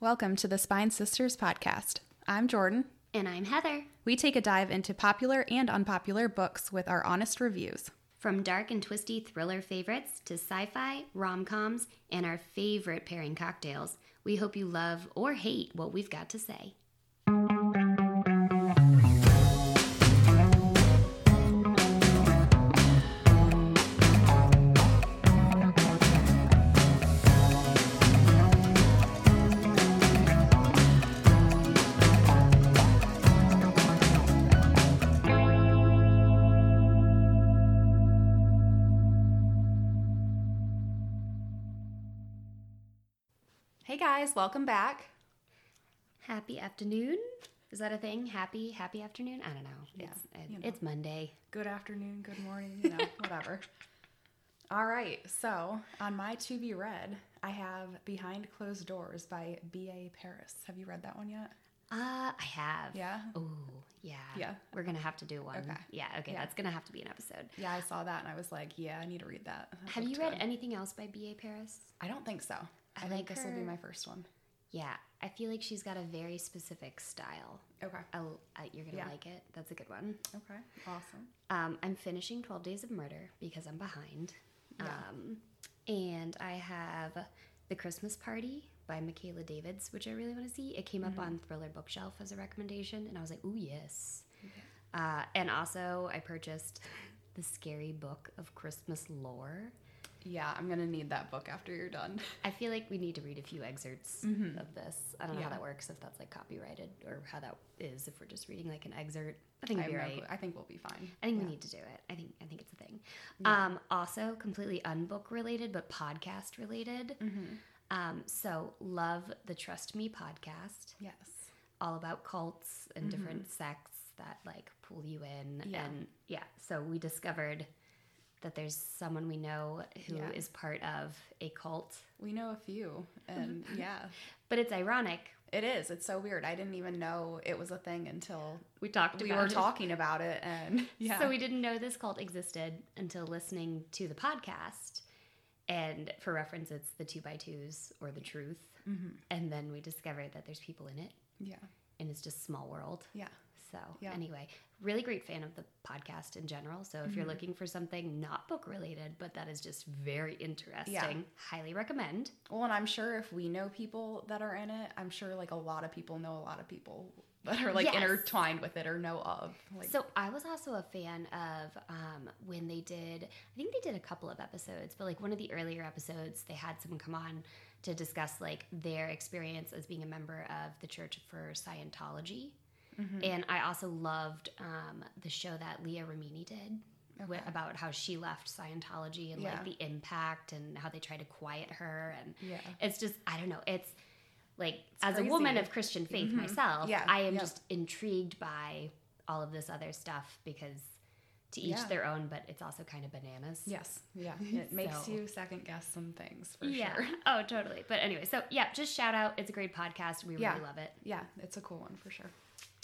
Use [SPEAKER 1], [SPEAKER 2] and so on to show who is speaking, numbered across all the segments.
[SPEAKER 1] Welcome to the Spine Sisters podcast. I'm Jordan.
[SPEAKER 2] And I'm Heather.
[SPEAKER 1] We take a dive into popular and unpopular books with our honest reviews.
[SPEAKER 2] From dark and twisty thriller favorites to sci fi, rom coms, and our favorite pairing cocktails, we hope you love or hate what we've got to say.
[SPEAKER 1] Hey guys, welcome back.
[SPEAKER 2] Happy afternoon. Is that a thing? Happy, happy afternoon? I don't know. It's, it-
[SPEAKER 1] you know.
[SPEAKER 2] it's Monday.
[SPEAKER 1] Good afternoon, good morning, you know, whatever. All right, so on my to be read, I have Behind Closed Doors by B.A. Paris. Have you read that one yet?
[SPEAKER 2] Uh, I have.
[SPEAKER 1] Yeah.
[SPEAKER 2] Oh, yeah.
[SPEAKER 1] Yeah.
[SPEAKER 2] We're going to have to do one.
[SPEAKER 1] Okay.
[SPEAKER 2] Yeah, okay.
[SPEAKER 1] Yeah.
[SPEAKER 2] That's going to have to be an episode.
[SPEAKER 1] Yeah, I saw that and I was like, yeah, I need to read that. That
[SPEAKER 2] Have you
[SPEAKER 1] looked
[SPEAKER 2] read
[SPEAKER 1] good.
[SPEAKER 2] anything else by B.A. Paris?
[SPEAKER 1] I don't think so. I,
[SPEAKER 2] I
[SPEAKER 1] think
[SPEAKER 2] like
[SPEAKER 1] this will be
[SPEAKER 2] her.
[SPEAKER 1] my first one.
[SPEAKER 2] Yeah. I feel like she's got a very specific style.
[SPEAKER 1] Okay.
[SPEAKER 2] I, l- I- you're going to
[SPEAKER 1] Yeah.
[SPEAKER 2] like it. That's a good one.
[SPEAKER 1] Okay. Awesome.
[SPEAKER 2] Um, I'm finishing 12 Days of Murder because I'm behind. Um, and I have The Christmas Party by Michaela Davids, which I really want to see. It came up
[SPEAKER 1] Mm-hmm.
[SPEAKER 2] on Thriller Bookshelf as a recommendation, and I was like, ooh, yes. Uh, and also, I purchased The Scary Book of Christmas Lore.
[SPEAKER 1] Yeah, I'm going to need that book after you're done.
[SPEAKER 2] I feel like we need to read a few excerpts of this. I don't know
[SPEAKER 1] Mm-hmm. Yeah.
[SPEAKER 2] how that works, if that's like copyrighted or how that is, if we're just reading like an excerpt. I think
[SPEAKER 1] I,
[SPEAKER 2] it'd
[SPEAKER 1] have
[SPEAKER 2] be
[SPEAKER 1] no
[SPEAKER 2] right.
[SPEAKER 1] clue. I think we'll be fine.
[SPEAKER 2] I think we need to do it. I think I think it's a thing. Um, also, completely unbook related, but podcast related. Um, so, love the Trust Me podcast,
[SPEAKER 1] Yes.
[SPEAKER 2] all about cults and different sects that like pull you in.
[SPEAKER 1] Yeah.
[SPEAKER 2] And Mm-hmm. yeah, so we discovered that there's someone we know who is
[SPEAKER 1] Yeah.
[SPEAKER 2] part of a cult,
[SPEAKER 1] We know a few. And
[SPEAKER 2] Mm-hmm.
[SPEAKER 1] yeah,
[SPEAKER 2] but it's ironic.
[SPEAKER 1] it is. It's so weird. I didn't even know it was a thing until
[SPEAKER 2] We talked
[SPEAKER 1] we
[SPEAKER 2] about
[SPEAKER 1] were
[SPEAKER 2] it.
[SPEAKER 1] talking about it. And yeah.
[SPEAKER 2] So we didn't know this cult existed until listening to the podcast. And for reference, it's the two by twos or the truth. And then we discovered that there's people in it
[SPEAKER 1] yeah.
[SPEAKER 2] and it's just small world.
[SPEAKER 1] Yeah.
[SPEAKER 2] So
[SPEAKER 1] Yeah.
[SPEAKER 2] anyway, really great fan of the podcast in general. So if
[SPEAKER 1] Mm-hmm.
[SPEAKER 2] you're looking for something not book related, but that is just very interesting, highly recommend.
[SPEAKER 1] Well, and I'm sure if we know people that are in it, I'm sure like a lot of people know a lot of people that are like
[SPEAKER 2] Yes.
[SPEAKER 1] intertwined with it or know of. Like,
[SPEAKER 2] So I was also a fan of um, when they did. I think they did a couple of episodes, but like one of the earlier episodes, they had someone come on to discuss like their experience as being a member of the Church for Scientology.
[SPEAKER 1] Mm-hmm.
[SPEAKER 2] And I also loved um, the show that Leah Remini did
[SPEAKER 1] Okay.
[SPEAKER 2] wi- about how she left Scientology and
[SPEAKER 1] Yeah.
[SPEAKER 2] like the impact and how they tried to quiet her. And
[SPEAKER 1] Yeah.
[SPEAKER 2] it's just I don't know. It's like as a
[SPEAKER 1] crazy. Mm-hmm.
[SPEAKER 2] woman of Christian faith myself,
[SPEAKER 1] Yeah,
[SPEAKER 2] I am
[SPEAKER 1] yeah.
[SPEAKER 2] just intrigued by all of this other stuff because to each
[SPEAKER 1] Yeah.
[SPEAKER 2] their own, but it's also kind of bananas.
[SPEAKER 1] yes. Yeah. It makes
[SPEAKER 2] So-
[SPEAKER 1] you second guess some things for
[SPEAKER 2] Yeah.
[SPEAKER 1] sure.
[SPEAKER 2] Oh, totally. But anyway, so yeah, just shout out. It's a great podcast. We
[SPEAKER 1] Yeah.
[SPEAKER 2] really love it.
[SPEAKER 1] Yeah. It's a cool one for sure.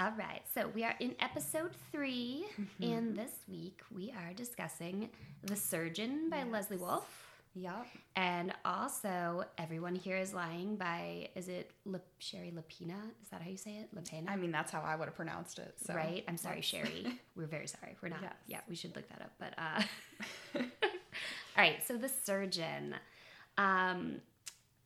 [SPEAKER 2] All right. So we are in episode 3
[SPEAKER 1] Mm-hmm.
[SPEAKER 2] and this week we are discussing The Surgeon by Leslie Wolfe.
[SPEAKER 1] Yep.
[SPEAKER 2] And also, Everyone Here Is Lying by, is it Le- Sherry Lapina? Is that how you say it? Lapena?
[SPEAKER 1] I mean, that's how I would have pronounced it. So.
[SPEAKER 2] right? I'm sorry,
[SPEAKER 1] that's-
[SPEAKER 2] Sherry. We're very sorry. We're not.
[SPEAKER 1] Yes.
[SPEAKER 2] Yeah, we should look that up. But uh, all right. So the surgeon, um,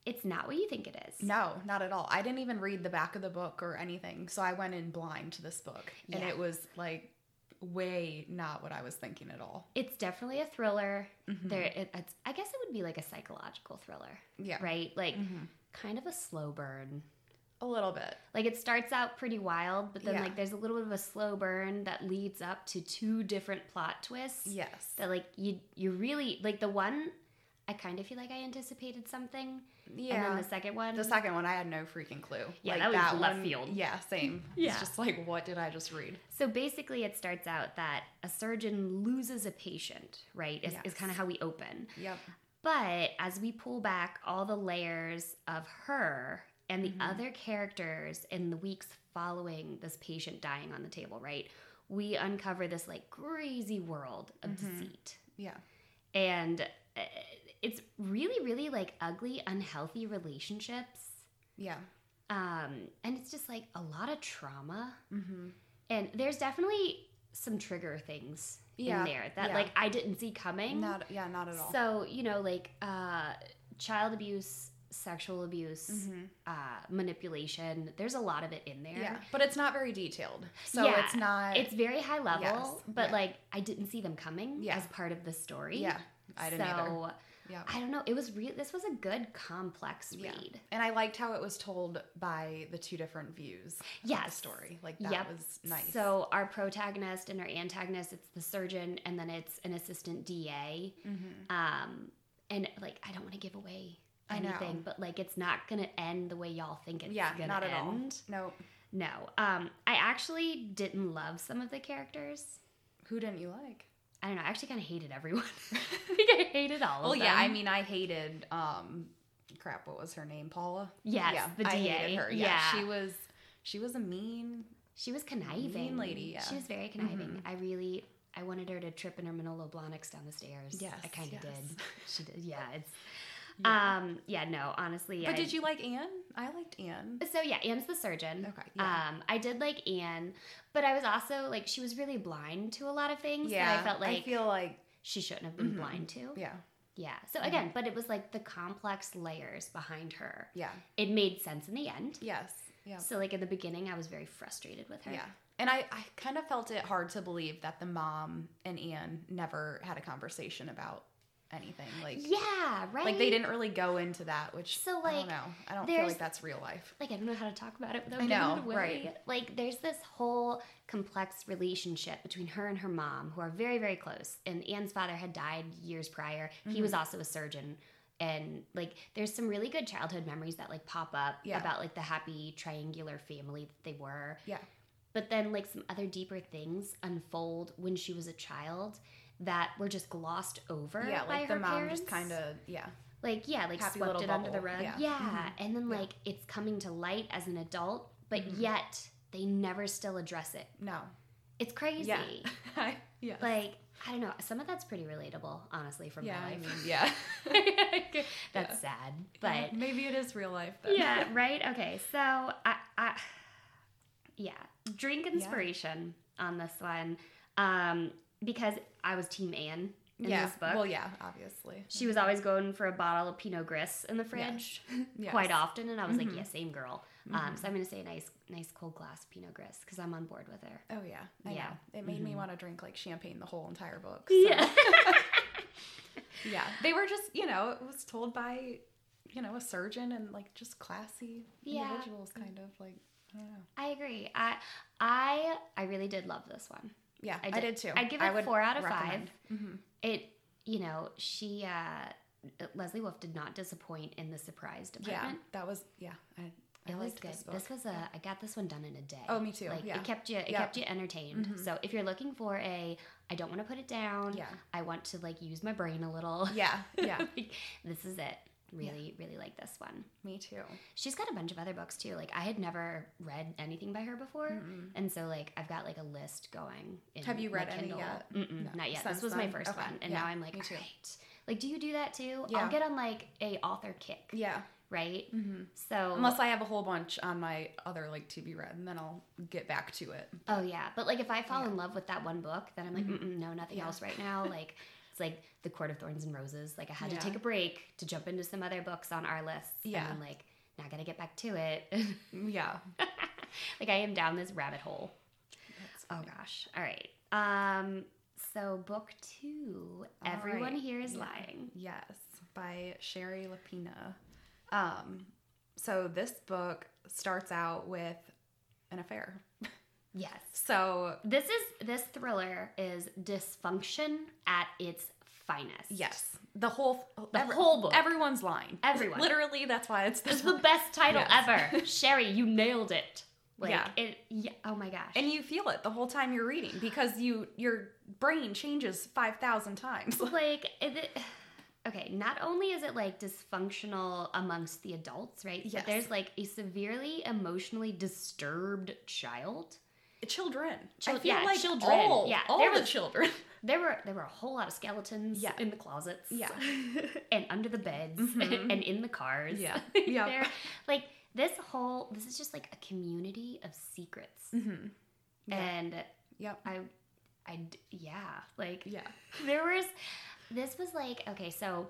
[SPEAKER 2] it's not what you think it is.
[SPEAKER 1] No, not at all. I didn't even read the back of the book or anything. So I went in blind to this book. And
[SPEAKER 2] Yeah.
[SPEAKER 1] it was like way not what I was thinking at all.
[SPEAKER 2] It's definitely a thriller.
[SPEAKER 1] Mm-hmm.
[SPEAKER 2] There, it, it's, I guess it would be like a psychological thriller,
[SPEAKER 1] Yeah.
[SPEAKER 2] right? Like
[SPEAKER 1] Mm-hmm.
[SPEAKER 2] kind of a slow burn.
[SPEAKER 1] A little bit.
[SPEAKER 2] Like it starts out pretty wild, but then
[SPEAKER 1] Yeah.
[SPEAKER 2] like there's a little bit of a slow burn that leads up to two different plot twists.
[SPEAKER 1] Yes.
[SPEAKER 2] That like you you really like the one. I kind of feel like I anticipated something, And
[SPEAKER 1] Yeah.
[SPEAKER 2] then the second one.
[SPEAKER 1] the second one, I had no freaking clue.
[SPEAKER 2] Yeah, that was left
[SPEAKER 1] one-
[SPEAKER 2] field.
[SPEAKER 1] Yeah, same.
[SPEAKER 2] Yeah.
[SPEAKER 1] It's just like, what did I just read?
[SPEAKER 2] so basically, it starts out that a surgeon loses a patient, right? Is, is
[SPEAKER 1] Yes.
[SPEAKER 2] kind of how we open.
[SPEAKER 1] Yep.
[SPEAKER 2] But as we pull back all the layers of her and
[SPEAKER 1] Mm-hmm.
[SPEAKER 2] the other characters in the weeks following this patient dying on the table, right? We uncover this like crazy world of deceit.
[SPEAKER 1] Mm-hmm. Yeah.
[SPEAKER 2] And uh, it's really, really like ugly, unhealthy relationships.
[SPEAKER 1] Yeah.
[SPEAKER 2] Um, and it's just like a lot of trauma.
[SPEAKER 1] Mm-hmm.
[SPEAKER 2] And there's definitely some trigger things
[SPEAKER 1] Yeah,
[SPEAKER 2] in there that
[SPEAKER 1] yeah.
[SPEAKER 2] like I didn't see coming.
[SPEAKER 1] Not yeah, not at all.
[SPEAKER 2] So, you know, like uh, child abuse, sexual abuse,
[SPEAKER 1] Mhm.
[SPEAKER 2] uh, manipulation, there's a lot of it in there.
[SPEAKER 1] Yeah, but it's not very detailed, so
[SPEAKER 2] Yeah,
[SPEAKER 1] it's not.
[SPEAKER 2] It's very high level,
[SPEAKER 1] Yes,
[SPEAKER 2] but
[SPEAKER 1] yeah.
[SPEAKER 2] like I didn't see them coming
[SPEAKER 1] Yeah.
[SPEAKER 2] as part of the story.
[SPEAKER 1] yeah, I didn't either.
[SPEAKER 2] so
[SPEAKER 1] Yeah.
[SPEAKER 2] I don't know. It was real. This was a good complex
[SPEAKER 1] Yeah.
[SPEAKER 2] read.
[SPEAKER 1] And I liked how it was told by the two different views of the
[SPEAKER 2] Yes.
[SPEAKER 1] story. Like that
[SPEAKER 2] Yep.
[SPEAKER 1] was nice.
[SPEAKER 2] So our protagonist and our antagonist, it's the surgeon, and then it's an assistant DA.
[SPEAKER 1] Mhm.
[SPEAKER 2] Um, and like I don't want to give away
[SPEAKER 1] I know.
[SPEAKER 2] anything, but like it's not gonna end the way y'all think it's
[SPEAKER 1] yeah,
[SPEAKER 2] gonna
[SPEAKER 1] not at all.
[SPEAKER 2] end.
[SPEAKER 1] No,
[SPEAKER 2] No. Um, I actually didn't love some of the characters.
[SPEAKER 1] who didn't you like?
[SPEAKER 2] I don't know. I actually kind of hated everyone. I think I hated all
[SPEAKER 1] Well,
[SPEAKER 2] of them.
[SPEAKER 1] yeah, I mean, I hated. um Crap, what was her name? Paula.
[SPEAKER 2] yes,
[SPEAKER 1] yeah,
[SPEAKER 2] the DA.
[SPEAKER 1] I hated her. Yeah, she
[SPEAKER 2] she
[SPEAKER 1] was. She was a mean.
[SPEAKER 2] was conniving.
[SPEAKER 1] Mean lady, yeah. Mm-hmm.
[SPEAKER 2] She was very conniving. I really, I wanted her to trip in her Manolo Blahniks down the stairs.
[SPEAKER 1] Yes,
[SPEAKER 2] I kind of
[SPEAKER 1] yes.
[SPEAKER 2] did. She did. Yeah, it's.
[SPEAKER 1] Yeah.
[SPEAKER 2] Um. Yeah. No. Honestly.
[SPEAKER 1] But
[SPEAKER 2] I-
[SPEAKER 1] did you like Anne? I liked Anne.
[SPEAKER 2] So yeah, Anne's the surgeon.
[SPEAKER 1] Okay, yeah.
[SPEAKER 2] Um, I did like Anne, but I was also like she was really blind to a lot of things that I felt like
[SPEAKER 1] I feel like
[SPEAKER 2] she shouldn't have been
[SPEAKER 1] Mhm.
[SPEAKER 2] blind to.
[SPEAKER 1] yeah,
[SPEAKER 2] Yeah. So again, but it was like the complex layers behind her.
[SPEAKER 1] yeah,
[SPEAKER 2] It made sense in the end.
[SPEAKER 1] yes, yeah.
[SPEAKER 2] So like in the beginning, I was very frustrated with her.
[SPEAKER 1] Yeah. And I, I kind of felt it hard to believe that the mom and Anne never had a conversation about anything. Like,
[SPEAKER 2] Yeah. Right.
[SPEAKER 1] like they didn't really go into that, which
[SPEAKER 2] So,
[SPEAKER 1] I
[SPEAKER 2] like,
[SPEAKER 1] don't know. I don't feel
[SPEAKER 2] there's-
[SPEAKER 1] like that's real life.
[SPEAKER 2] Like I don't know how to talk about it without
[SPEAKER 1] I
[SPEAKER 2] giving
[SPEAKER 1] know,
[SPEAKER 2] it away.
[SPEAKER 1] right.
[SPEAKER 2] Like there's this whole complex relationship between her and her mom, who are very very close. And Anne's father had died years prior. He
[SPEAKER 1] Mm-hmm.
[SPEAKER 2] was also a surgeon. And like, there's some really good childhood memories that like pop up
[SPEAKER 1] Yeah.
[SPEAKER 2] about like the happy triangular family that they were.
[SPEAKER 1] Yeah.
[SPEAKER 2] But then like some other deeper things unfold when she was a child that were just glossed over.
[SPEAKER 1] Yeah,
[SPEAKER 2] by
[SPEAKER 1] like the
[SPEAKER 2] her
[SPEAKER 1] mom
[SPEAKER 2] parents
[SPEAKER 1] just kind of yeah,
[SPEAKER 2] like yeah like
[SPEAKER 1] Happy
[SPEAKER 2] swept
[SPEAKER 1] little
[SPEAKER 2] it under the
[SPEAKER 1] bubble.
[SPEAKER 2] rug yeah,
[SPEAKER 1] Yeah. Mm-hmm.
[SPEAKER 2] and then
[SPEAKER 1] Yeah.
[SPEAKER 2] like it's coming to light as an adult but
[SPEAKER 1] Mhm.
[SPEAKER 2] yet they never still address it
[SPEAKER 1] no,
[SPEAKER 2] it's crazy
[SPEAKER 1] yeah, I, yeah,
[SPEAKER 2] like i don't know some of that's pretty relatable honestly from
[SPEAKER 1] yeah,
[SPEAKER 2] my
[SPEAKER 1] I
[SPEAKER 2] life
[SPEAKER 1] mean, yeah,
[SPEAKER 2] that's sad
[SPEAKER 1] Mm-hmm.
[SPEAKER 2] but
[SPEAKER 1] maybe it is real life. Then.
[SPEAKER 2] yeah right okay so i, I yeah drink inspiration on this one um because i was team anne in
[SPEAKER 1] yeah.
[SPEAKER 2] this book
[SPEAKER 1] Well, yeah, obviously.
[SPEAKER 2] she was always going for a bottle of pinot gris in the fridge
[SPEAKER 1] Yes. Mm-hmm.
[SPEAKER 2] quite often, and I was
[SPEAKER 1] Mhm.
[SPEAKER 2] like, "Yeah, same girl." Um, so I'm gonna say a nice, nice cold glass Pinot Gris because I'm on board with her.
[SPEAKER 1] Oh yeah, I
[SPEAKER 2] Yeah.
[SPEAKER 1] know. It made me
[SPEAKER 2] Mhm.
[SPEAKER 1] want to drink like champagne the whole entire book. so-
[SPEAKER 2] Yeah,
[SPEAKER 1] Yeah, they were just you know it was told by you know a surgeon and like just classy
[SPEAKER 2] Yeah.
[SPEAKER 1] individuals kind of like I don't know.
[SPEAKER 2] I agree. I, I, I really did love this one.
[SPEAKER 1] Yeah, I did,
[SPEAKER 2] I did-
[SPEAKER 1] too.
[SPEAKER 2] I'd give it four out of
[SPEAKER 1] Mm-hmm.
[SPEAKER 2] five. It, you know, she, uh, Leslie Wolf did not disappoint in the surprise
[SPEAKER 1] Yeah,
[SPEAKER 2] department.
[SPEAKER 1] that was yeah. I, I
[SPEAKER 2] It was
[SPEAKER 1] liked
[SPEAKER 2] good.
[SPEAKER 1] This
[SPEAKER 2] This,
[SPEAKER 1] book.
[SPEAKER 2] was a. I got this one done in a day.
[SPEAKER 1] Oh, me too.
[SPEAKER 2] Like
[SPEAKER 1] yeah.
[SPEAKER 2] it kept you. It
[SPEAKER 1] Yeah.
[SPEAKER 2] kept you entertained.
[SPEAKER 1] Mhm.
[SPEAKER 2] So if you're looking for a, I don't want to put it down.
[SPEAKER 1] yeah,
[SPEAKER 2] I want to like use my brain a little.
[SPEAKER 1] yeah, yeah.
[SPEAKER 2] Like, this is it. Really, really like this one.
[SPEAKER 1] me too.
[SPEAKER 2] She's got a bunch of other books too. Like I had never read anything by her before,
[SPEAKER 1] Mm-mm.
[SPEAKER 2] and so like I've got like a list going. In
[SPEAKER 1] Mm. Have you
[SPEAKER 2] my
[SPEAKER 1] read any
[SPEAKER 2] Kindle.
[SPEAKER 1] yet?
[SPEAKER 2] Mm-mm,
[SPEAKER 1] No.
[SPEAKER 2] Not yet.
[SPEAKER 1] Since
[SPEAKER 2] this was my
[SPEAKER 1] then?
[SPEAKER 2] first
[SPEAKER 1] Okay.
[SPEAKER 2] one, and
[SPEAKER 1] Yeah,
[SPEAKER 2] now I'm like,
[SPEAKER 1] me too.
[SPEAKER 2] all right. Like, do you do that too?
[SPEAKER 1] Yeah.
[SPEAKER 2] I'll get on like a author kick,
[SPEAKER 1] Yeah.
[SPEAKER 2] right?
[SPEAKER 1] Mm-hmm.
[SPEAKER 2] So
[SPEAKER 1] Unless I have a whole bunch on my other like to be read, and then I'll get back to it.
[SPEAKER 2] oh yeah, but like if I fall
[SPEAKER 1] Yeah.
[SPEAKER 2] in love with that one book, then I'm like,
[SPEAKER 1] Mhm.
[SPEAKER 2] Mm-mm, no, nothing
[SPEAKER 1] Yeah.
[SPEAKER 2] else right now. Like it's like the Court of Thorns and Roses. Like I had
[SPEAKER 1] Yeah.
[SPEAKER 2] to take a break to jump into some other books on our list.
[SPEAKER 1] Yeah.
[SPEAKER 2] and I'm like, now I gotta get back to it.
[SPEAKER 1] Yeah.
[SPEAKER 2] like I am down this rabbit hole.
[SPEAKER 1] That's
[SPEAKER 2] Oh
[SPEAKER 1] funny.
[SPEAKER 2] gosh. All right. Um so book 2,
[SPEAKER 1] All
[SPEAKER 2] Everyone
[SPEAKER 1] right.
[SPEAKER 2] Here is
[SPEAKER 1] Yeah.
[SPEAKER 2] Lying.
[SPEAKER 1] Yes, by Sherry Lapina. Um, so this book starts out with an affair.
[SPEAKER 2] Yes.
[SPEAKER 1] So
[SPEAKER 2] This is this thriller is dysfunction at its finest.
[SPEAKER 1] yes, the whole
[SPEAKER 2] The whole book.
[SPEAKER 1] everyone's lying.
[SPEAKER 2] Everyone.
[SPEAKER 1] literally, that's why it's
[SPEAKER 2] This is
[SPEAKER 1] this.
[SPEAKER 2] the best title
[SPEAKER 1] Yes.
[SPEAKER 2] ever. Sherry, you nailed it. Like
[SPEAKER 1] Yeah.
[SPEAKER 2] it yeah, oh my gosh.
[SPEAKER 1] And you feel it the whole time you're reading because you your brain changes five thousand times.
[SPEAKER 2] like it, okay not only is it like dysfunctional amongst the adults right
[SPEAKER 1] Yes.
[SPEAKER 2] but there's like a severely emotionally disturbed child
[SPEAKER 1] Children, I
[SPEAKER 2] Chil-
[SPEAKER 1] feel
[SPEAKER 2] yeah,
[SPEAKER 1] like
[SPEAKER 2] children.
[SPEAKER 1] all,
[SPEAKER 2] Yeah,
[SPEAKER 1] all
[SPEAKER 2] there
[SPEAKER 1] the
[SPEAKER 2] was-
[SPEAKER 1] children.
[SPEAKER 2] There were there were a whole lot of skeletons
[SPEAKER 1] Yeah.
[SPEAKER 2] in the closets.
[SPEAKER 1] Yeah.
[SPEAKER 2] and under the beds
[SPEAKER 1] Mhm.
[SPEAKER 2] and in the cars.
[SPEAKER 1] yeah, yeah,
[SPEAKER 2] There- like This whole this is just like a community of secrets,
[SPEAKER 1] Mm-hmm. Yeah.
[SPEAKER 2] and
[SPEAKER 1] Yep.
[SPEAKER 2] I, I d- yeah, like
[SPEAKER 1] Yeah.
[SPEAKER 2] there was this was like okay so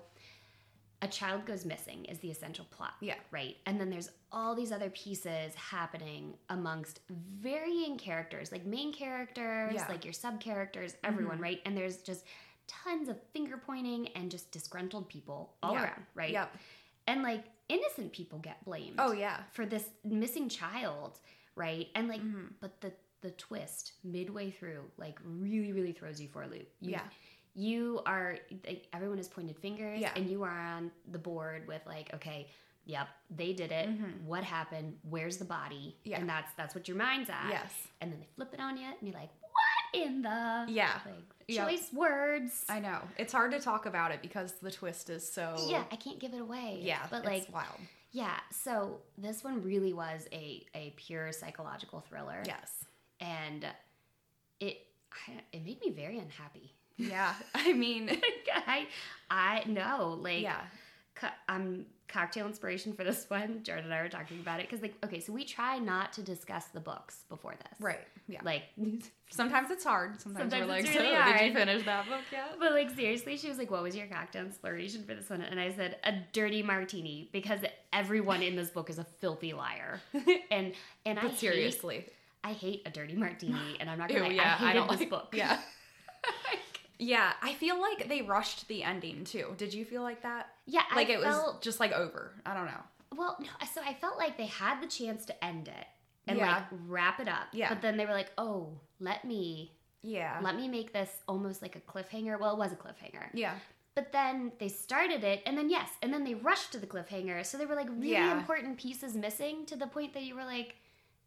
[SPEAKER 2] a child goes missing is the essential plot
[SPEAKER 1] Yeah.
[SPEAKER 2] right and then there's all these other pieces happening amongst varying characters like main characters
[SPEAKER 1] Yeah.
[SPEAKER 2] like your sub characters everyone
[SPEAKER 1] Mhm.
[SPEAKER 2] right and there's just tons of finger pointing and just disgruntled people all
[SPEAKER 1] Yeah.
[SPEAKER 2] around right
[SPEAKER 1] Yep.
[SPEAKER 2] and like innocent people get blamed
[SPEAKER 1] Oh yeah.
[SPEAKER 2] for this missing child right and like
[SPEAKER 1] hmm
[SPEAKER 2] but the the twist midway through like really really throws you for a loop You-
[SPEAKER 1] Yeah.
[SPEAKER 2] you are like, everyone has pointed fingers
[SPEAKER 1] Yeah.
[SPEAKER 2] and you are on the board with like okay yep they did it
[SPEAKER 1] Mhm.
[SPEAKER 2] what happened where's the body
[SPEAKER 1] Yeah.
[SPEAKER 2] and that's that's what your mind's at
[SPEAKER 1] Yes.
[SPEAKER 2] and then they flip it on you and you're like what in the
[SPEAKER 1] Yeah.
[SPEAKER 2] like
[SPEAKER 1] Yep.
[SPEAKER 2] choice words
[SPEAKER 1] I know. It's hard to talk about it because the twist is so
[SPEAKER 2] yeah i can't give it away
[SPEAKER 1] Yeah.
[SPEAKER 2] but
[SPEAKER 1] it's
[SPEAKER 2] like
[SPEAKER 1] wild.
[SPEAKER 2] yeah so this one really was a a pure psychological thriller
[SPEAKER 1] Yes.
[SPEAKER 2] and it I- it made me very unhappy.
[SPEAKER 1] Yeah. I mean
[SPEAKER 2] Like, I I know like
[SPEAKER 1] Yeah.
[SPEAKER 2] co- um cocktail inspiration for this one. Jared and I were talking about it because like okay, so we try not to discuss the books before this,
[SPEAKER 1] Right. Yeah.
[SPEAKER 2] Like,
[SPEAKER 1] Sometimes it's hard. Sometimes, we're
[SPEAKER 2] Sometimes
[SPEAKER 1] like,
[SPEAKER 2] it's really
[SPEAKER 1] so, did
[SPEAKER 2] hard."
[SPEAKER 1] you finish that book yet?
[SPEAKER 2] but like seriously, she was like, "What was your cocktail inspiration for this one?" And I said, "A dirty martini," because everyone in this book is a filthy liar, and and I
[SPEAKER 1] But
[SPEAKER 2] hate,
[SPEAKER 1] seriously.
[SPEAKER 2] I hate a dirty martini, and I'm not
[SPEAKER 1] Ew,
[SPEAKER 2] gonna lie,
[SPEAKER 1] yeah,
[SPEAKER 2] I
[SPEAKER 1] I
[SPEAKER 2] hated
[SPEAKER 1] don't
[SPEAKER 2] this
[SPEAKER 1] like-
[SPEAKER 2] book.
[SPEAKER 1] Yeah. yeah. I feel like they rushed the ending too. Did you feel like that?
[SPEAKER 2] yeah,
[SPEAKER 1] Like
[SPEAKER 2] I
[SPEAKER 1] it was
[SPEAKER 2] felt,
[SPEAKER 1] just like over. I don't know.
[SPEAKER 2] Well, no, so I felt like they had the chance to end it and like
[SPEAKER 1] Yeah.
[SPEAKER 2] wrap it up.
[SPEAKER 1] Yeah.
[SPEAKER 2] But then they were like, "Oh, let me
[SPEAKER 1] Yeah.
[SPEAKER 2] let me make this almost like a cliffhanger." Well, it was a cliffhanger.
[SPEAKER 1] yeah.
[SPEAKER 2] But then they started it and then yes, and then they rushed to the cliffhanger. So there were like really
[SPEAKER 1] Yeah.
[SPEAKER 2] important pieces missing to the point that you were like,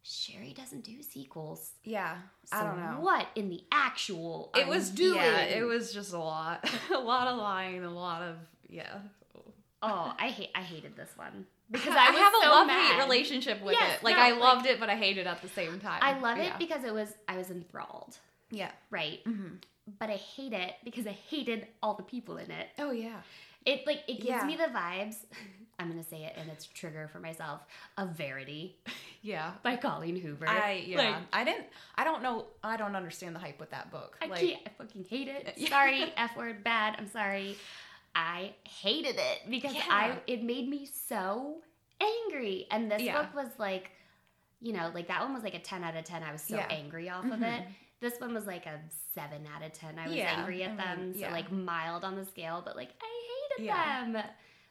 [SPEAKER 2] "Sherry doesn't do sequels."
[SPEAKER 1] Yeah.
[SPEAKER 2] So
[SPEAKER 1] I don't know.
[SPEAKER 2] What in the actual
[SPEAKER 1] it
[SPEAKER 2] are
[SPEAKER 1] was
[SPEAKER 2] you doing?
[SPEAKER 1] Yeah, it was just a lot. a lot of lying, a lot of yeah.
[SPEAKER 2] Oh, I hate I hated this one. Because
[SPEAKER 1] I,
[SPEAKER 2] I, was
[SPEAKER 1] have
[SPEAKER 2] so
[SPEAKER 1] a love
[SPEAKER 2] mad.
[SPEAKER 1] hate relationship with
[SPEAKER 2] Yes,
[SPEAKER 1] it. Like
[SPEAKER 2] no,
[SPEAKER 1] I
[SPEAKER 2] like-
[SPEAKER 1] loved it, but I hated it at the same time.
[SPEAKER 2] I love it
[SPEAKER 1] Yeah.
[SPEAKER 2] because it was I was enthralled,
[SPEAKER 1] yeah.
[SPEAKER 2] right?
[SPEAKER 1] Mhm.
[SPEAKER 2] but I hate it because I hated all the people in it.
[SPEAKER 1] Oh yeah.
[SPEAKER 2] It like it gives
[SPEAKER 1] Yeah.
[SPEAKER 2] me the vibes. I'm gonna say it, and it's a trigger for myself of Verity
[SPEAKER 1] Yeah.
[SPEAKER 2] by Colleen Hoover.
[SPEAKER 1] I yeah.
[SPEAKER 2] Like,
[SPEAKER 1] I didn't. I don't know. I don't understand the hype with that book.
[SPEAKER 2] I
[SPEAKER 1] like
[SPEAKER 2] can't. I fucking hate it.
[SPEAKER 1] Yeah.
[SPEAKER 2] Sorry, f word bad. I'm sorry. I hated it because I
[SPEAKER 1] Yeah.
[SPEAKER 2] it made me so angry, and this
[SPEAKER 1] Yeah.
[SPEAKER 2] book was like, you know, like that one was like a ten out of ten. I was so
[SPEAKER 1] Yeah.
[SPEAKER 2] angry off of it.
[SPEAKER 1] Mhm.
[SPEAKER 2] This one was like a seven out of ten. I was
[SPEAKER 1] Yeah,
[SPEAKER 2] angry at
[SPEAKER 1] I
[SPEAKER 2] them,
[SPEAKER 1] mean, yeah.
[SPEAKER 2] so like mild on the scale, but like I hated
[SPEAKER 1] Yeah.
[SPEAKER 2] them.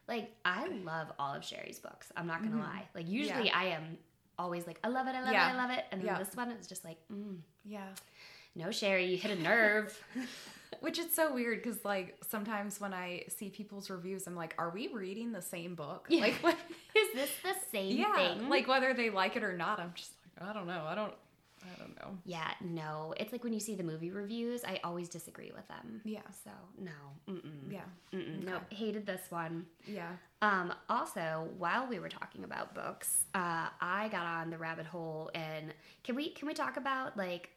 [SPEAKER 2] Like I love all of Sherry's books. I'm not gonna
[SPEAKER 1] Mhm.
[SPEAKER 2] lie. Like usually I am always like I love it, I love
[SPEAKER 1] Yeah.
[SPEAKER 2] it, I love it, and then
[SPEAKER 1] Yeah.
[SPEAKER 2] this one is just like, mm,
[SPEAKER 1] Yeah.
[SPEAKER 2] no Sherry, you hit a nerve.
[SPEAKER 1] Which it's so weird because like sometimes when I see people's reviews, I'm like, are we reading the same book?
[SPEAKER 2] Yeah.
[SPEAKER 1] Like what?
[SPEAKER 2] Is this the same
[SPEAKER 1] yeah.
[SPEAKER 2] thing?
[SPEAKER 1] Like whether they like it or not, I'm just like, I don't know. I don't. I don't know.
[SPEAKER 2] yeah, no. It's like when you see the movie reviews, I always disagree with them.
[SPEAKER 1] Yeah.
[SPEAKER 2] So no, mm-mm.
[SPEAKER 1] Yeah.
[SPEAKER 2] Mm-mm. no, hated this one.
[SPEAKER 1] Yeah.
[SPEAKER 2] Um, also, while we were talking about books, uh, I got on the rabbit hole and can we can we talk about like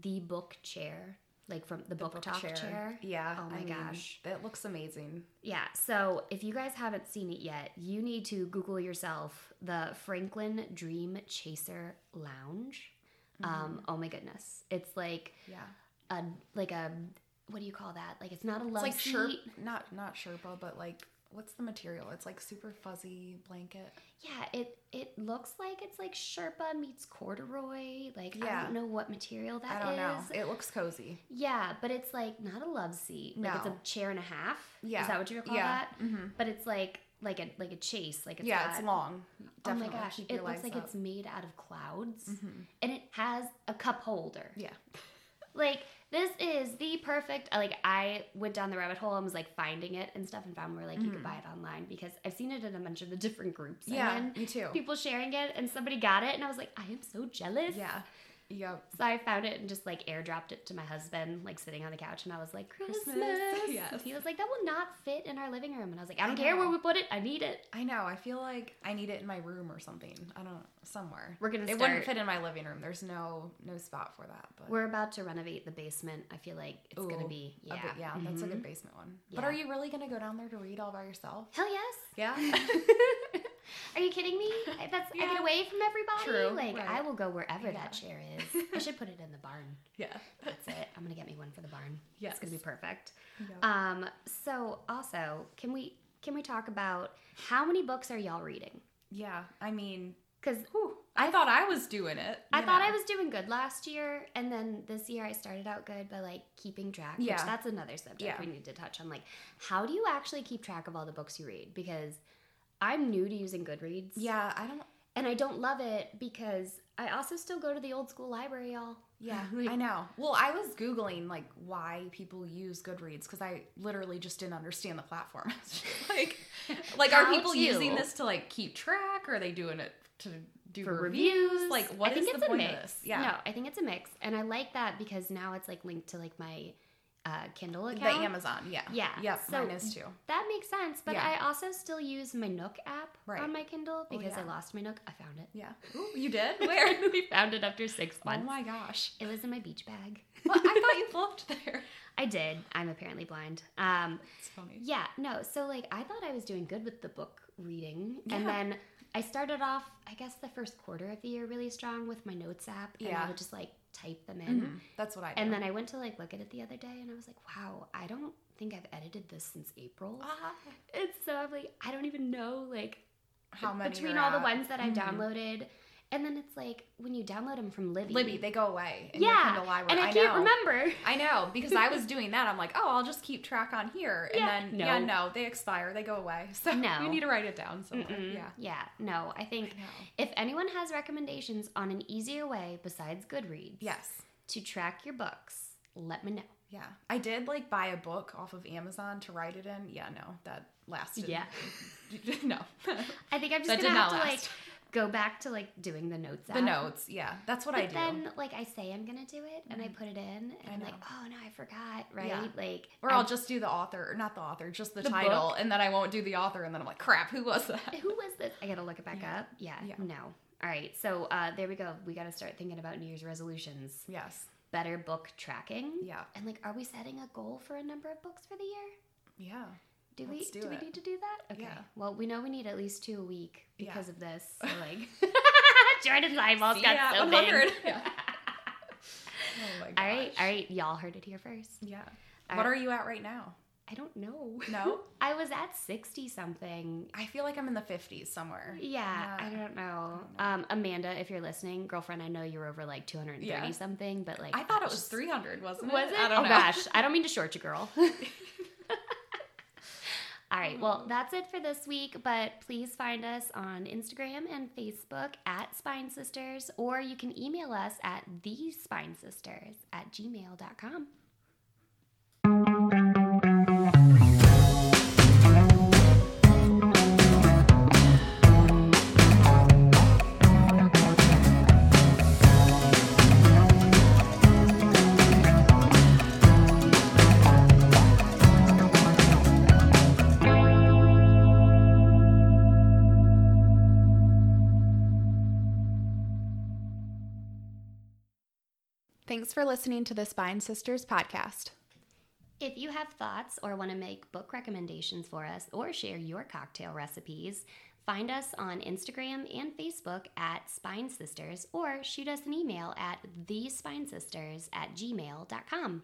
[SPEAKER 2] the book chair, like from the, book, talk chair?
[SPEAKER 1] Yeah.
[SPEAKER 2] Oh my gosh.
[SPEAKER 1] It looks amazing.
[SPEAKER 2] Yeah. So if you guys haven't seen it yet, you need to Google yourself the Franklin Dream Chaser Lounge. Um, oh my goodness, it's like
[SPEAKER 1] Yeah.
[SPEAKER 2] a like a what do you call that? Like it's not a
[SPEAKER 1] It's
[SPEAKER 2] love
[SPEAKER 1] like
[SPEAKER 2] seat.
[SPEAKER 1] Sherpa, not not Sherpa, but like what's the material? It's like super fuzzy blanket.
[SPEAKER 2] Yeah, it it looks like it's like Sherpa meets corduroy. Like I
[SPEAKER 1] Yeah.
[SPEAKER 2] don't know what material that is.
[SPEAKER 1] I don't know. It looks cozy.
[SPEAKER 2] Yeah, but it's like not a love seat. Like it's a
[SPEAKER 1] No.
[SPEAKER 2] chair and a half.
[SPEAKER 1] Yeah.
[SPEAKER 2] Is that what you would call
[SPEAKER 1] yeah.
[SPEAKER 2] that?
[SPEAKER 1] Mm-hmm.
[SPEAKER 2] But it's like like a like a chase. Like it's
[SPEAKER 1] yeah,
[SPEAKER 2] got-
[SPEAKER 1] it's long. Definitely
[SPEAKER 2] oh my gosh,
[SPEAKER 1] keep
[SPEAKER 2] it
[SPEAKER 1] your
[SPEAKER 2] looks
[SPEAKER 1] legs
[SPEAKER 2] like
[SPEAKER 1] up.
[SPEAKER 2] it's made out of clouds,
[SPEAKER 1] Mhm.
[SPEAKER 2] and it has a cup holder.
[SPEAKER 1] Yeah.
[SPEAKER 2] Like this is the perfect. uh, Like I went down the rabbit hole and was like finding it and stuff, and found where like you could
[SPEAKER 1] Mhm.
[SPEAKER 2] buy it online because I've seen it in a bunch of the different groups. I'm
[SPEAKER 1] Yeah,
[SPEAKER 2] in,
[SPEAKER 1] me too.
[SPEAKER 2] people sharing it, and somebody got it, and I was like, I am so jealous.
[SPEAKER 1] Yeah. Yep.
[SPEAKER 2] So I found it and just like airdropped it to my husband, like sitting on the couch, and I was like, Christmas.
[SPEAKER 1] Christmas. Yes.
[SPEAKER 2] He was like, that will not fit in our living room, and I was like, I don't
[SPEAKER 1] I
[SPEAKER 2] care where
[SPEAKER 1] know.
[SPEAKER 2] we put it. I need it.
[SPEAKER 1] I know. I feel like I need it in my room or something. I don't somewhere.
[SPEAKER 2] We're gonna
[SPEAKER 1] It
[SPEAKER 2] start-
[SPEAKER 1] wouldn't fit in my living room. There's no no spot for that. But
[SPEAKER 2] We're about to renovate the basement. I feel like it's gonna
[SPEAKER 1] Ooh,
[SPEAKER 2] be yeah,
[SPEAKER 1] yeah, yeah, that's a
[SPEAKER 2] Mhm.
[SPEAKER 1] good basement one.
[SPEAKER 2] Yeah.
[SPEAKER 1] But are you really gonna go down there to read all by yourself?
[SPEAKER 2] Hell yes.
[SPEAKER 1] Yeah.
[SPEAKER 2] Are you kidding me? I- That's I
[SPEAKER 1] Yeah.
[SPEAKER 2] get away from everybody.
[SPEAKER 1] True,
[SPEAKER 2] Like I
[SPEAKER 1] right.
[SPEAKER 2] will go wherever
[SPEAKER 1] Yeah.
[SPEAKER 2] that chair is. I should put it in the barn.
[SPEAKER 1] Yeah.
[SPEAKER 2] That's it. I'm gonna get me one for the barn. Yeah, It's gonna be
[SPEAKER 1] Yes.
[SPEAKER 2] perfect.
[SPEAKER 1] Yep.
[SPEAKER 2] Um, so also, can we can we talk about how many books are y'all reading?
[SPEAKER 1] yeah. I mean,
[SPEAKER 2] Because
[SPEAKER 1] I, thought I was doing it.
[SPEAKER 2] I
[SPEAKER 1] you
[SPEAKER 2] thought
[SPEAKER 1] know.
[SPEAKER 2] I was doing good last year, and then this year I started out good by like keeping track.
[SPEAKER 1] Yeah.
[SPEAKER 2] which that's another subject
[SPEAKER 1] Yeah.
[SPEAKER 2] we need to touch on. Like, how do you actually keep track of all the books you read? Because I'm new to using Goodreads.
[SPEAKER 1] Yeah. I don't.
[SPEAKER 2] and I don't love it because I also still go to the old school library, y'all.
[SPEAKER 1] Yeah,
[SPEAKER 2] Like-
[SPEAKER 1] I know. Well, I was googling like why people use Goodreads because I literally just didn't understand the platform. It's just like, like are
[SPEAKER 2] How
[SPEAKER 1] people
[SPEAKER 2] to?
[SPEAKER 1] using this to like keep track? Or are they doing it to do
[SPEAKER 2] for
[SPEAKER 1] reviews?
[SPEAKER 2] reviews.
[SPEAKER 1] Like, what
[SPEAKER 2] I
[SPEAKER 1] is
[SPEAKER 2] think
[SPEAKER 1] the
[SPEAKER 2] it's a
[SPEAKER 1] point of
[SPEAKER 2] mix.
[SPEAKER 1] this? Yeah.
[SPEAKER 2] No, I think it's a mix, and I like that because now it's like linked to like my uh, Kindle account.
[SPEAKER 1] The Amazon, yeah,
[SPEAKER 2] Yeah.
[SPEAKER 1] yep,
[SPEAKER 2] So-
[SPEAKER 1] mine is too.
[SPEAKER 2] That makes sense, but
[SPEAKER 1] Yeah.
[SPEAKER 2] I also still use my Nook app
[SPEAKER 1] Right. Oh,
[SPEAKER 2] on my Kindle because I
[SPEAKER 1] yeah.
[SPEAKER 2] lost my Nook. I found it.
[SPEAKER 1] Yeah, Ooh, you did where?
[SPEAKER 2] we found it after six
[SPEAKER 1] oh
[SPEAKER 2] months.
[SPEAKER 1] my gosh!
[SPEAKER 2] it was in my beach bag.
[SPEAKER 1] Well, I thought you flubbed there.
[SPEAKER 2] I did. I'm apparently blind. Um,
[SPEAKER 1] It's funny.
[SPEAKER 2] yeah, no. So like, I thought I was doing good with the book reading, and
[SPEAKER 1] Yeah.
[SPEAKER 2] then I started off. I guess the first quarter of the year really strong with my notes app, and I
[SPEAKER 1] Yeah.
[SPEAKER 2] would just like type them in.
[SPEAKER 1] Mhm. That's what I do.
[SPEAKER 2] And then I went to like look at it the other day, and I was like, wow, I don't think I've edited this since April.
[SPEAKER 1] Ah,
[SPEAKER 2] It's so I'm like, I don't even know like
[SPEAKER 1] how many
[SPEAKER 2] between
[SPEAKER 1] are
[SPEAKER 2] all the
[SPEAKER 1] out?
[SPEAKER 2] ones that I've
[SPEAKER 1] Mhm.
[SPEAKER 2] downloaded, and then it's like when you download them from Libby,
[SPEAKER 1] Libby, they go away. In
[SPEAKER 2] Yeah,
[SPEAKER 1] your Kindle library.
[SPEAKER 2] and I, can't
[SPEAKER 1] know.
[SPEAKER 2] remember.
[SPEAKER 1] I know because I was doing that. I'm like, oh, I'll just keep track on here, and
[SPEAKER 2] Yeah.
[SPEAKER 1] then
[SPEAKER 2] No.
[SPEAKER 1] yeah, no, they expire, they go away. So
[SPEAKER 2] No.
[SPEAKER 1] you need to write it down somewhere.
[SPEAKER 2] Mm-mm.
[SPEAKER 1] Yeah,
[SPEAKER 2] yeah, no, I
[SPEAKER 1] I
[SPEAKER 2] think
[SPEAKER 1] know.
[SPEAKER 2] if anyone has recommendations on an easier way besides Goodreads,
[SPEAKER 1] Yes,
[SPEAKER 2] to track your books, let me know.
[SPEAKER 1] yeah. I did like buy a book off of Amazon to write it in. Yeah, no, that lasted. no,
[SPEAKER 2] I think I'm just
[SPEAKER 1] That did
[SPEAKER 2] gonna
[SPEAKER 1] not
[SPEAKER 2] have to like
[SPEAKER 1] last.
[SPEAKER 2] go back to like doing the notes.
[SPEAKER 1] the
[SPEAKER 2] app.
[SPEAKER 1] notes. Yeah, that's what
[SPEAKER 2] But
[SPEAKER 1] I do. Mm-hmm.
[SPEAKER 2] then, like, I say I'm gonna do it, and I put it in, and
[SPEAKER 1] I
[SPEAKER 2] I'm like,
[SPEAKER 1] know.
[SPEAKER 2] oh no, I forgot, right?
[SPEAKER 1] Yeah.
[SPEAKER 2] Like,
[SPEAKER 1] or
[SPEAKER 2] I'm-
[SPEAKER 1] I'll just do the author, or not the author, just the,
[SPEAKER 2] The
[SPEAKER 1] title, and then I won't do the author, and then I'm like, crap, who was that?
[SPEAKER 2] who was this? I gotta look it back
[SPEAKER 1] Yeah.
[SPEAKER 2] up. Yeah,
[SPEAKER 1] Yeah.
[SPEAKER 2] no. All right, so uh, there we go. We gotta start thinking about New Year's resolutions,
[SPEAKER 1] Yes,
[SPEAKER 2] better book tracking,
[SPEAKER 1] yeah,
[SPEAKER 2] and like, are we setting a goal for a number of books for the year?
[SPEAKER 1] yeah.
[SPEAKER 2] Do we
[SPEAKER 1] Let's
[SPEAKER 2] do,
[SPEAKER 1] do
[SPEAKER 2] we
[SPEAKER 1] it.
[SPEAKER 2] need to do that? Okay.
[SPEAKER 1] Yeah.
[SPEAKER 2] Well, we know we need at least two a week
[SPEAKER 1] Yeah.
[SPEAKER 2] because of this. So like, Jordan's eyeballs
[SPEAKER 1] See
[SPEAKER 2] got
[SPEAKER 1] ya at
[SPEAKER 2] so
[SPEAKER 1] 100.
[SPEAKER 2] big.
[SPEAKER 1] Yeah. Oh my gosh.
[SPEAKER 2] all right, all right, y'all heard it here first.
[SPEAKER 1] Yeah.
[SPEAKER 2] All
[SPEAKER 1] what
[SPEAKER 2] right.
[SPEAKER 1] are you at right now?
[SPEAKER 2] I don't know.
[SPEAKER 1] No?
[SPEAKER 2] I was at sixty something.
[SPEAKER 1] I feel like I'm in the 50s somewhere.
[SPEAKER 2] Yeah, I
[SPEAKER 1] Yeah.
[SPEAKER 2] don't know.
[SPEAKER 1] I
[SPEAKER 2] Um, Amanda, if you're listening, girlfriend, I know you're over like 230
[SPEAKER 1] Yeah.
[SPEAKER 2] something, but like
[SPEAKER 1] I thought it was
[SPEAKER 2] just-
[SPEAKER 1] 300, wasn't it?
[SPEAKER 2] Was it?
[SPEAKER 1] I don't
[SPEAKER 2] oh
[SPEAKER 1] know.
[SPEAKER 2] gosh, I don't mean to short you, girl. All right, well,
[SPEAKER 1] Oh.
[SPEAKER 2] that's it for this week, but please find us on Instagram and Facebook at Spine Sisters, or you can email us at thespinesisters at gmail.com.
[SPEAKER 1] Thanks for listening to the Spine Sisters podcast.
[SPEAKER 2] If you have thoughts or want to make book recommendations for us or share your cocktail recipes, find us on Instagram and Facebook at Spine Sisters or shoot us an email at thespinesisters at gmail.com.